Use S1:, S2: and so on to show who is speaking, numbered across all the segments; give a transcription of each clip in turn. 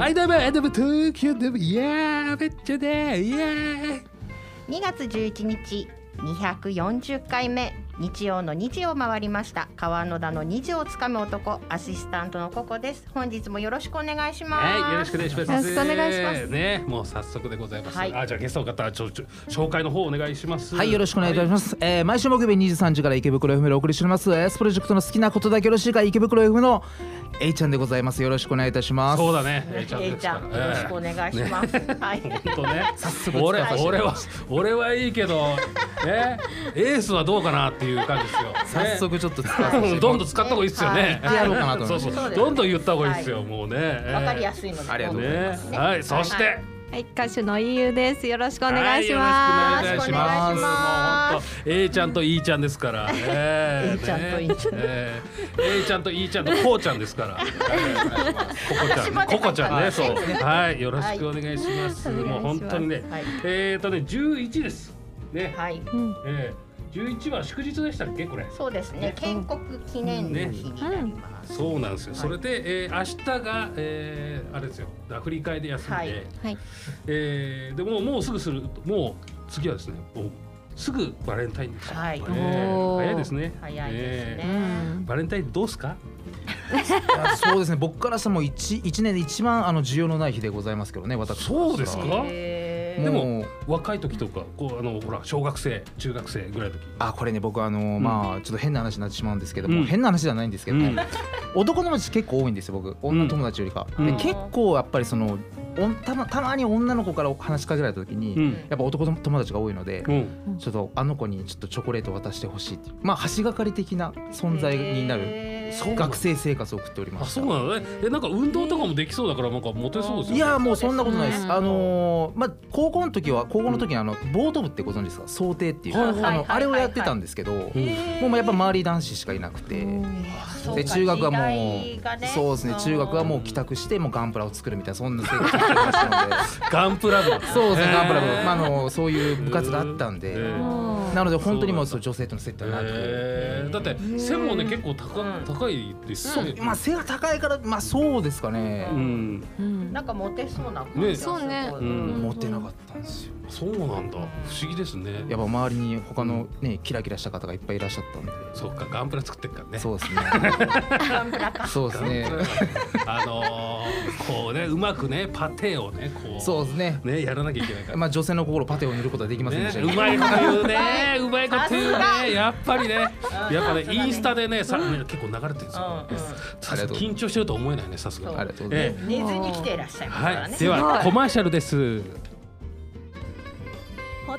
S1: アイドルアイドル東京ドームイヤーめっちゃねイヤー
S2: 2月11日240回目日曜の2時を回りました川野田の2時をつかむ男アシスタントのココです本日もよろしくお願いします
S1: はいよろしくお願いします
S3: よろしくお願いします
S1: ねもう早速でございます、
S2: はい
S1: あじゃあゲストの方ちょちょ紹介の方お願いします
S4: はい、よろしくお願いいたしますす。えー毎週木曜日23時から池袋 FM でお送りしております。エースプロジェクトの好きなことだけよろしいか、池袋 FM の A ちゃんでございます。よろしくお願いいたします。
S1: そうだねえい
S2: えいちゃんよろしくお願いします、 はい
S1: 本当ね俺俺は俺はいいけど ねエースはどうかなっていう感じですよ、ね、
S4: 早速ちょっと使わせて
S1: うんどんどん使った方がいいですよね。
S2: はい
S4: やろうかなと思
S1: そ
S4: いま
S1: う
S4: す
S1: そう
S2: そうです
S1: どんどん言った方がいいですよ、もうね。
S2: わかりや
S1: す
S2: すいので
S4: ありがとうござい
S1: ね
S4: ます。
S1: はい、そして、
S2: はい
S3: はい、歌手の EU です。よろしくお願いしま
S1: は
S3: す。
S1: よろしくお
S2: よろしくお願
S1: 願
S2: い
S1: い
S2: し
S1: し
S2: ます
S1: ます。もう本当 A ちゃんと E ちゃんですから。ね
S2: A ちゃんと E ちゃん
S1: ねえ A ちゃんと E ちゃんとこうちゃんで すから。
S2: 私まで
S1: ここちゃん、ね、ここちゃんね、そう。はい、よろしくお
S2: は
S1: 願いします。
S3: はい
S1: もう本当にね、
S2: はい
S1: えっとね、11です。ね、
S2: はい
S3: うん、
S1: ええ11は祝日でしたっけこれ。
S2: そうですね建国記念の日になります、
S1: そうなんですよ。それで、えー、明日が、えー、あれですよ。アフリカで休んで、
S2: はい
S3: はい、
S1: えー、でもうもうすぐするもう次はですねもうすぐバレンタインですよ、
S2: はい
S1: ね
S3: おー
S1: 早いですね
S2: 早いですね
S3: う
S1: え
S3: ん、
S1: バレンタインどうすか
S4: いやそうですね。僕からしても一一年で一番あの需要のない日でございますけどね。私
S1: そうですか
S4: も
S2: え
S4: う
S1: でも若い時とかこうあのほら小学生中学生ぐらいの時
S4: あこれね僕あの、まあちょっと変な話になってしまうんですけど
S1: う
S4: も、
S1: ん
S4: 変な話じゃないんですけど、ね
S1: うん
S4: 男友達結構多いんですよ僕女友達よりか、
S1: うん
S4: で
S1: うん
S4: 結構やっぱりそのおんたまたまに女の子から話しかけられた時に、
S1: うん
S4: やっぱ男の友達が多いので、
S1: うん
S4: ちょっとあの子にちょっとチョコレート渡してほしいっていうまあ橋がかり的な存在になる
S2: え
S1: そうなの
S4: 学生生活を送っておりま
S1: あ
S4: し
S1: そ
S4: た
S1: うなのねえなんか運動とかもできそうだからなんかモテそうですよね
S4: いやもうそんなことないです、
S3: うん
S4: あのーまあ高校の時は高校の時にあのボート部ってご存知ですか想定っていう、
S1: はいはい
S2: はい
S4: あ
S2: はい
S4: のあれをやってたんですけど、
S1: うん
S4: もうやっぱ周り男子しかいなくて、
S2: そうか
S4: で中学はもう、
S2: 時代がね
S4: そうですね中学はもう帰宅してもうガンプラを作るみたいなそんな生活をしてましたので
S1: ガンプラ部だった
S4: そうですね
S1: へー
S4: ガンプラ部、まあ、あのそういう部活があったん
S1: へー
S4: で、
S3: も
S4: なので本当にもう
S1: そ
S4: そうう女性との接待がなく、
S1: へーだって背もね結構高高いですよね
S4: まあ背が高いからまあそうですかね、
S1: うん
S3: う、うん
S2: なんかモテそうな感じ
S1: ね
S2: がすごい
S3: そうね
S2: う
S1: うん
S2: ん
S4: モテなかったんですよ
S1: そうなんだ不思議ですね
S4: やっぱ周りに他のねキラキラした方がいっぱいいらっしゃったんで
S1: そうかガンプラ作ってるからね
S4: そうですね
S2: ガンプラか
S4: そうですね
S1: あのーこうねうまくねパテをねこう
S4: そうですね
S1: ねやらなきゃいけないから。
S4: まあ女性の心をパテを塗ることはできませんで
S1: ね
S4: した、け
S1: う
S4: ど、
S1: まいこと言うね、うまいこと言う
S2: さすが
S1: ね、やっぱりね、やっぱね
S2: さすが、ね
S1: インスタでね、さ、ね結構流れてるんですよ。さすが緊張してるとは思えないね、さすがに。
S4: ありがとうござい
S1: え
S4: ま
S1: え
S4: す、
S2: 寝ずに来ていらっしゃいますから
S1: は
S2: ね、
S1: い、では、
S3: すご
S1: コ
S3: い
S1: マーシャルです。
S5: ホッ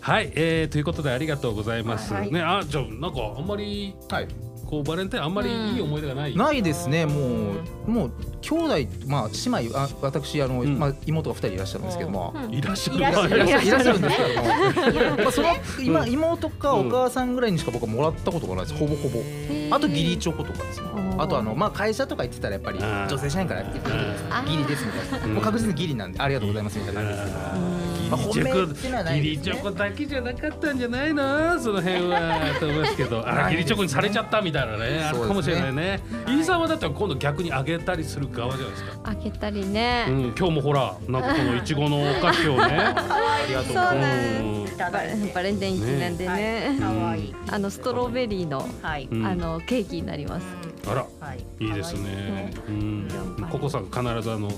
S1: はい、えーということで、ありがとうございます。
S2: はい
S1: ね、あ、じゃあ、なんか、あんまり、
S4: はい
S1: こう、バレンタイン、あんまりいい思い出がない。
S4: ないですねもうもう兄弟まあ姉妹あ私あの、
S1: うん
S4: まあ、妹が2人いらっしゃるんですけども、
S3: うん
S1: いらっしゃ
S2: いらっしゃる
S1: る。
S4: いらっしゃるんですけどもまあその今、
S1: うん
S4: 妹か
S1: うん
S4: お母さんぐらいにしか僕はもらったことがないですほぼほぼあと義理チョコとかですね
S3: おー
S4: あとあのまあ会社とか行ってたらやっぱり
S1: うん
S4: 女性社員からって
S3: あー
S4: ギリですみたいな
S1: うん
S4: もう確実にギリなんでありがとうございますみたいな感じですまあ
S1: ギリチョコ
S4: 本命ってのはない
S1: ギ
S4: で
S1: リ
S4: すね
S1: チョコだけじゃなかったんじゃないのその辺はと思いますけどあ
S4: な
S1: ギ
S4: いですね
S1: リチョコにされちゃったみたいなねあるかもしれないね飯さんはだって今度逆にあげたりする側じゃないですか、
S3: 開けたり
S1: う
S3: ね。
S1: ん、今日もほらなんかこのいちごのお菓子をね
S4: ありがと
S3: そう
S4: うござい
S3: な
S4: ま
S3: ん
S4: す
S3: です。
S1: うん
S2: いた
S3: バ
S2: だい
S3: レ
S2: て
S3: バレンタイン記念でね。
S2: かわいい
S3: あのストロベリーの
S2: はい、
S1: うん
S3: あのケーキになります。
S1: あら
S2: はい、
S1: いいですねうんココさん必ずあの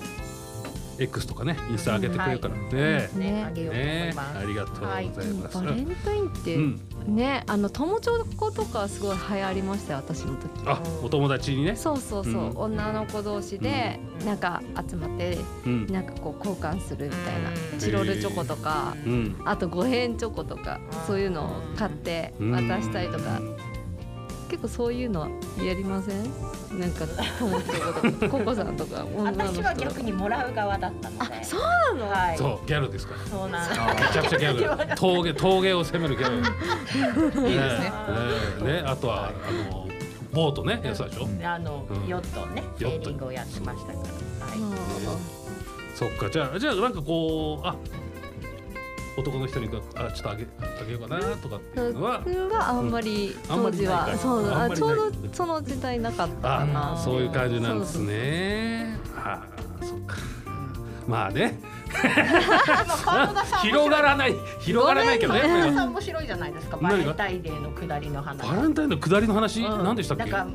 S1: X とかねインスタ上げてくれるからね、
S2: 可愛いねあげようと思い
S1: ね
S2: ます、
S1: ありがとうございます、
S3: バレンタインって
S1: うん
S3: ね、あの友チョコとかすごい流行りましたよ私の時。
S1: あお友達にね、
S3: そうそうそう、
S1: うん
S3: 女の子同士で
S2: うん
S3: なんか集まって
S1: うん
S3: なんかこう交換するみたいな
S2: うん
S3: チロルチョコとか
S1: うん、
S3: あと五円チョコとかそういうのを買って渡したりとか結構そういうのはやりませんなんか友達と かココさんとか女の
S2: 私
S3: 人
S2: は逆にもらう側だったので。
S3: あそう
S2: なの。はい。そう
S1: そうギャルですから
S2: なんです。
S1: めちゃくちゃギャル陶芸陶芸を攻めるギャル
S4: いい
S1: ね
S4: ですね
S1: えねあとはあのボートねやつでしょ
S2: であの、
S1: うん
S2: ヨットをね、セ
S1: ヨット
S2: ーリングをやってましたから。はい。
S1: そっかじゃあじゃあなんかこうあ男の人にあちょっとあげあげようかなとかっていうのは
S3: うんがあんまり
S1: うんあんま
S3: 当
S1: り
S3: 時
S1: ない
S3: は
S1: か
S3: そう
S1: あん
S3: あ
S1: まり
S3: ち
S1: ない
S3: ょうどその時代なかったか
S1: あ
S3: な
S1: そういう感じなんですねああそっかまあね
S2: あの川村さん面白い
S1: 広がらない広がらないけどねこ
S2: 川
S1: れ
S2: 村さ
S1: は
S2: ん面白いじゃないですか。
S1: 何
S2: バ
S1: が
S2: レンタインデーの下りの話。
S1: バレンタインの下りの話
S2: うん
S1: 何でしたっ
S2: な
S1: け
S2: んか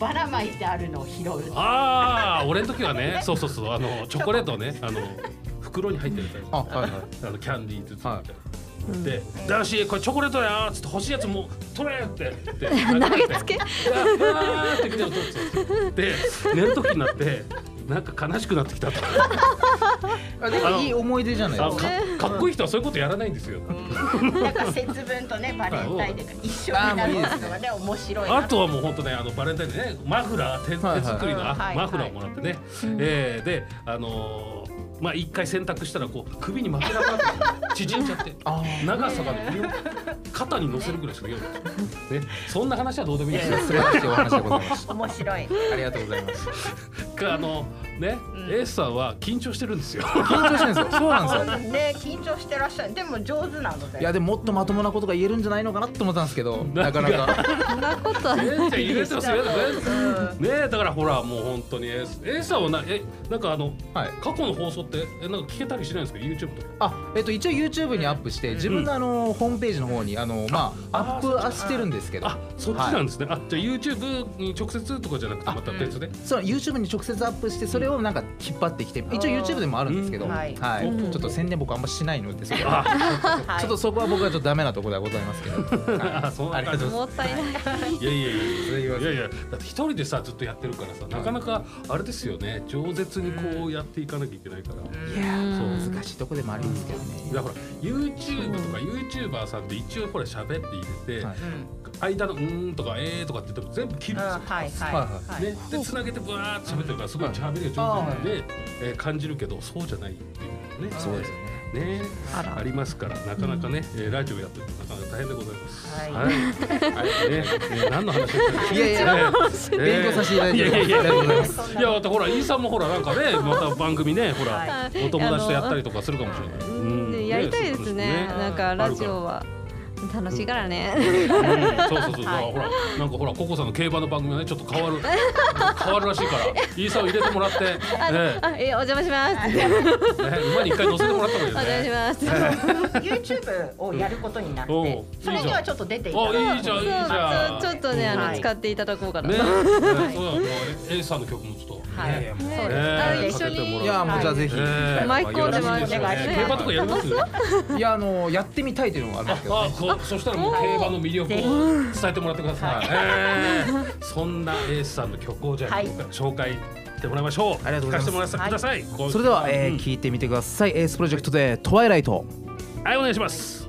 S2: ばらまいてあるのを 拾う。
S1: ああ俺の時はねそうそうそうあのチョコレートをねあの袋に入ってるタイプ
S4: あはいはい
S1: あのキャンディーずつみたいな。
S3: うん
S1: で、男子これチョコレートだよっつって欲しいやつもう取れ ってって投げつけって来ても取ってで寝る時になってなんか悲しくなってきたと
S4: あで
S1: あ
S4: も
S1: の
S4: いい思い出じゃない
S1: あ
S4: ですか
S1: かかっこいい人はそういうことやらないんですよ
S2: うんなんか節分とねバレンタインデーが一緒になるっていうのがね面白いな。
S1: あとはもう本当ねあのバレンタインでねマフラー手
S4: はいはい
S1: 手作りのあ
S2: はいはい
S1: マフラーをもらってね、
S3: うん
S1: えーであのーまあ一回洗濯したらこう首に巻けなくなって縮んじゃって
S4: あー
S1: 長さがね肩に乗せるぐらいしか言えない、 ね、そんな話はどうでもいいですよ
S4: 素晴らしいお話でございまし
S2: 面白い。
S4: たありがとうございます
S1: かあのね、
S2: うん
S1: エースさんは緊張してるん ですよ。
S4: 緊張してるんですよそうなんですよ
S2: ね緊張してらっしゃる。でも上手なので。
S4: いやでももっとまともなことが言えるんじゃないのかなと思ったんですけどなかなか
S3: そんなことは
S1: エ
S3: ない
S1: ースちゃん言えてますよ。
S2: うん
S1: ねえだからほらもう本当にエースエースさんはなえなんかあの
S4: はい
S1: 過去の放送ってえなんか聞けたりしないんですか YouTube とか。
S4: あえっと一応 YouTube にアップして自分のあのホームページの方にあのまあ
S1: あ
S4: アップはしてるんですけど
S1: あそっちなんですね。あじゃあ YouTube に直接とかじゃなくてまた別で。
S4: その YouTube に直接アップしてそれをなんか引っ張ってきて一応 YouTube でもあるんですけど
S2: うん
S4: は
S2: はいい
S3: うん
S4: ちょっと宣伝僕あんましないのでそこは
S1: あ
S2: はい
S4: ちょっとそこは僕はちょっとダメなところではございますけど
S1: あそうなんだ
S4: ありがとう
S3: もったいない
S1: いやいやいや。
S4: それ言わ
S1: い
S4: ず
S1: やいやだって一人でさずっとやってるからさなかなかあれですよね饒舌にこうやっていかなきゃいけないから。
S4: いや
S1: うん
S4: 難しいとこでもありますけどね
S1: だから YouTube とか YouTuber さんって一応ほら喋って入れて、
S4: はい
S2: うん
S1: 間の「うーん」とか「えー」とかって言っても全部切るん
S2: うん
S1: ですよ。
S2: はい
S4: は
S2: はい。
S1: ね、でつなげてぶわーっと喋ってるからすごい喋りが上手なんで、えー感じるけどそうじゃないっていうのね
S4: そうですよね
S1: ね
S3: あ
S1: あ
S3: ら
S1: りますからなかなかね、えーラジオやってるとなかなか大変でございます。
S2: は
S1: は
S2: い
S1: いねね何の話でしたっけ
S4: いやいや
S1: ねえー
S4: 勉強させていただいて
S1: いやいやいや
S4: ありがとうございます
S1: いやまたほらイーさんもほらなんかねまた番組ねほら、
S2: はい
S1: お友達とやったり
S3: と
S1: とかするかもしれない。うん
S3: ねやりたいですねなんかラジオは楽しいからね
S1: うんそうそうそう、
S2: はい
S1: ほらなんかほらココさんの競馬の番組がねちょっと変わる変わるらしいからイーサを入れてもらって、ねね、
S3: あえお邪魔しますって
S1: 馬に一回乗せてもらったのよ
S3: お願いし
S1: ね。
S3: ます
S2: YouTube をやることになって、
S1: うんおう
S2: それにはちょっと出ていただ
S1: あいいじゃんいいじゃん
S3: そうちょっとねあの、
S2: はい
S3: 使っていただこうかな、
S1: ね、ねそうだもうエイサーの曲もちょっと、
S2: はい
S1: ね
S3: ね
S1: ね
S3: あの一緒に
S1: い
S4: いやもうじゃあぜひ
S1: ね
S3: 舞い込んでもらって
S1: よろしいですよね競馬とかやります？
S4: いやあのやってみたいというのがあるんですけ ど
S1: あ
S4: ね、
S1: こそしたらもう競馬の魅力を伝えてもらってください。えーそんなエースさんの曲をじゃあ、
S2: はい
S1: 紹介してもらいましょう。
S4: ありがとうござ
S1: 聞か
S4: います
S1: せてもらってください。こう
S4: それでは、えー
S1: うん
S4: 聞いてみてくださいエースプロジェクトで「トワイライト」
S1: はいお願いします。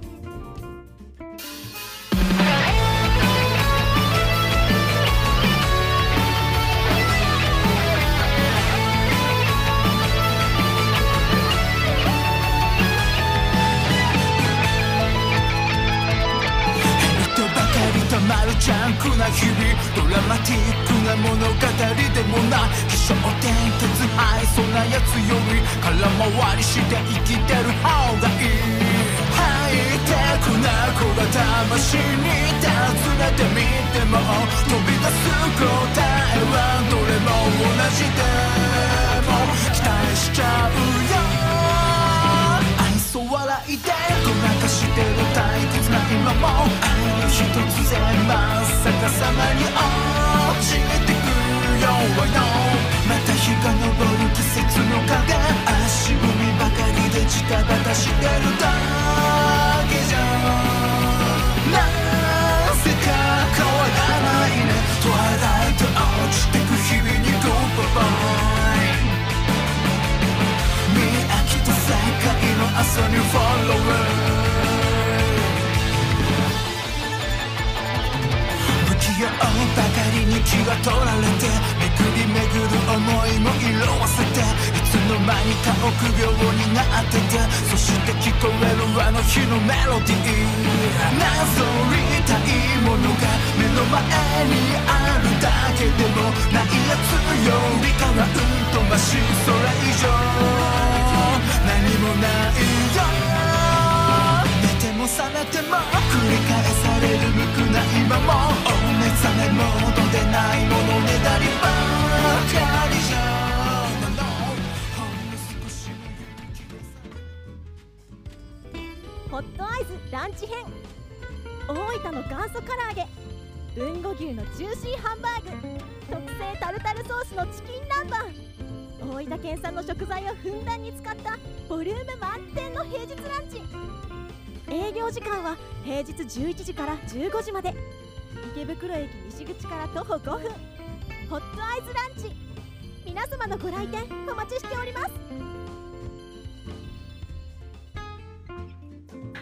S6: とばかりたまるジャンクな日々ドラマティックな物語でもない気象転結愛想なやつより空回りして生きてる方がいいハイテクな子が魂に尋ねてみても飛び出す答えはどれも同じでも期待しちゃうよ愛想笑いでごまかしてる大切な今も愛の一つでまっ逆さまに落ちてくよ I know また日が昇る季節の影足踏みばかりでジタバタしてるだけじゃなぜか変わらないねトワイライト落ちてく日々に Go bye bye 見飽きた世界の朝にフォロー不器用が取られて巡り巡る思いも色あせていつの間にか臆病になっててそして聞こえるあの日のメロディーなぞりたいものが目の前にあるだけでもないやつよりかはうんとましそれ以上何もないよ寝ても覚めても繰り返される無垢な今もお目覚めモードでないものねだりばかりじゃほんの少しの勇気でさ
S5: ホットアイズランチ編大分の元祖唐揚げ豊後牛のジューシーハンバーグ特製タルタルソースのチキン南蛮大分県産の食材をふんだんに使ったボリューム満点の平日ランチ営業時間は平日11時から15時まで池袋駅西口から徒歩5分ホットアイズランチ皆様のご来店お待ちしております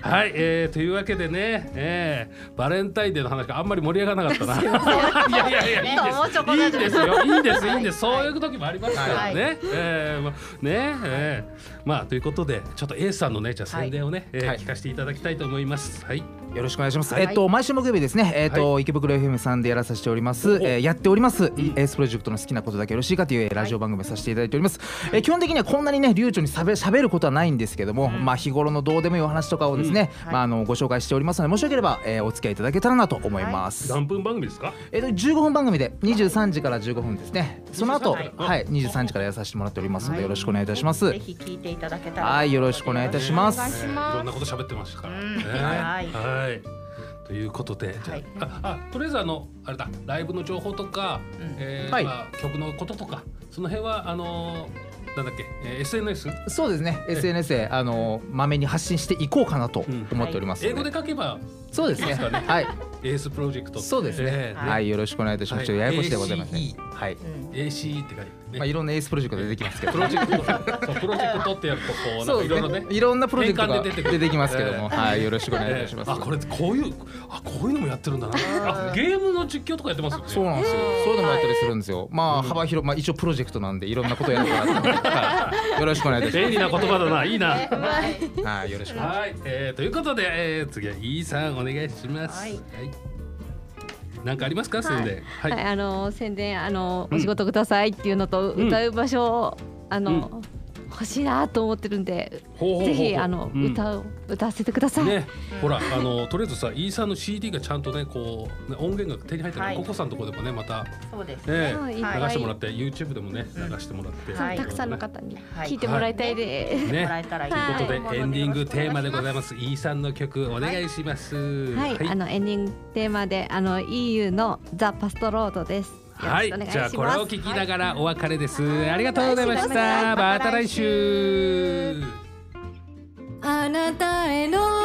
S1: はい、えー、というわけでね、えー、バレンタインデーの話があんまり盛り上がらなか ったな。いやいやいや、いいんです、いいんですよ、いいんです、いいんです、そういう時もありますからね。えーまね、えー、まあということで、ちょっと A さんのね、じゃあ宣伝をね、えー
S4: はい
S1: 聞かせていただきたいと思います。はい、
S4: よろしくお願いします。
S2: はい
S4: えっと毎週木曜日ですね。えっと、池袋 FM さんでやらさせております。
S1: お
S4: えーやっております。エースプロジェクトの好きなことだけよろしいかというえーラジオ番組をさせていただいております。えー基本的にはこんなにね流暢にしゃべ喋ることはないんですけども、まあ日頃のどうでもいいお話とかをです
S2: は
S4: ね、
S2: い
S4: まああのご紹介しておりますので、もしよければ、えーお付き合いいただけたらなと思います。
S1: 何分番組ですか。
S4: えっと15分番組で23時から15分ですね。その後
S1: は
S4: はいい、23時からやらさせてもらっておりますの
S2: は
S4: で
S2: い
S4: よろしくお願いいたします。
S2: ぜひ聞いていただけたら。
S4: はいよろしくお願いいたしま
S2: お
S4: す
S2: 願いし
S1: いろん
S2: ま
S1: な
S2: す。
S1: こと喋ってましたから。
S2: うん
S1: ね
S2: はい
S1: はい。ということで、じゃあ、あ、あとりあえずあのあれだ、ライブの情報とか、
S2: うん
S1: えー
S4: はい
S1: まあ曲のこととか、その辺はあのーなんだっけ、えー SNS
S4: そうですね。
S1: え
S4: SNS であのまめに発信していこうかなと
S1: うん
S4: 思っておりますの
S1: 英語で書けば
S4: そうです
S1: いいで
S4: ね。
S1: すかね
S4: はい。
S1: エースプロジェクト。
S4: そうですね
S1: えー
S4: はい、よろしくお願いいたしま
S1: はい
S4: す。ちょっとややこしいでございますね
S1: ACE。
S4: はい。
S1: ACE って書いて、
S4: まあ、
S1: ね
S4: いろんなエースプロジェクト出てきますけ ど。
S1: プロジェクトそうプロジェクトってやるとこうなん
S4: そ
S1: か
S4: う
S1: い
S4: で
S1: ろい
S4: す
S1: ろ
S4: ね
S1: ね。。
S4: いろんなプロジェク
S1: 変換
S4: ト
S1: で出
S4: が
S1: てくる
S4: 出てきますけども、
S1: え
S4: はい、よろしくお願いい
S1: え
S4: たし
S1: ー
S4: ます。
S1: あこれこういうあこういうのもやってるんだな。あゲームの実況とかやってますよね。
S4: そうなんですよ。そういうのもやったりするんですよ。まあ、幅広、まあ、一応プロジェクトなんで、いろんなことやるから。 はいよろしくお願いいたし
S1: 便利な言葉だな。いいな。
S4: ます。はい、よろしく。
S1: はい、えー、ということで、えー、次はイーさんお願いします。は
S2: はいい。
S1: なんかありますか、それで。はい。
S3: はい、あの宣伝あの、
S1: うん
S3: お仕事くださいっていうのと、
S1: うん
S3: 歌う場所あの、欲しいなと思ってるんで、
S1: ほうほうほうほう
S3: ぜひあの、
S1: うん
S3: 歌を歌わせてください。
S1: ね、ほらあのとりあえずさイーサーの CD がちゃんとねこうね音源が手に入ったら、
S2: はい
S1: ココさんのところでもねまたね
S2: そうです。
S3: はい
S1: 流
S2: はい
S1: してもらって YouTube でもね流してもらって、
S2: は
S3: たくさんの方に
S2: はい
S3: 聞いてもらいたいです。
S1: ね
S2: もらえたらいい
S1: という
S2: な
S1: ことで、エンディングテーマでございますイーサーの曲お願いします
S3: はい、あのエンディングテーマであの EU のザパストロードです。
S1: は
S3: よろしくお願いし
S1: い、
S3: ます
S1: じゃあこれを聞きながらお別れです、ありがとうございましたまた来週
S7: あなたへの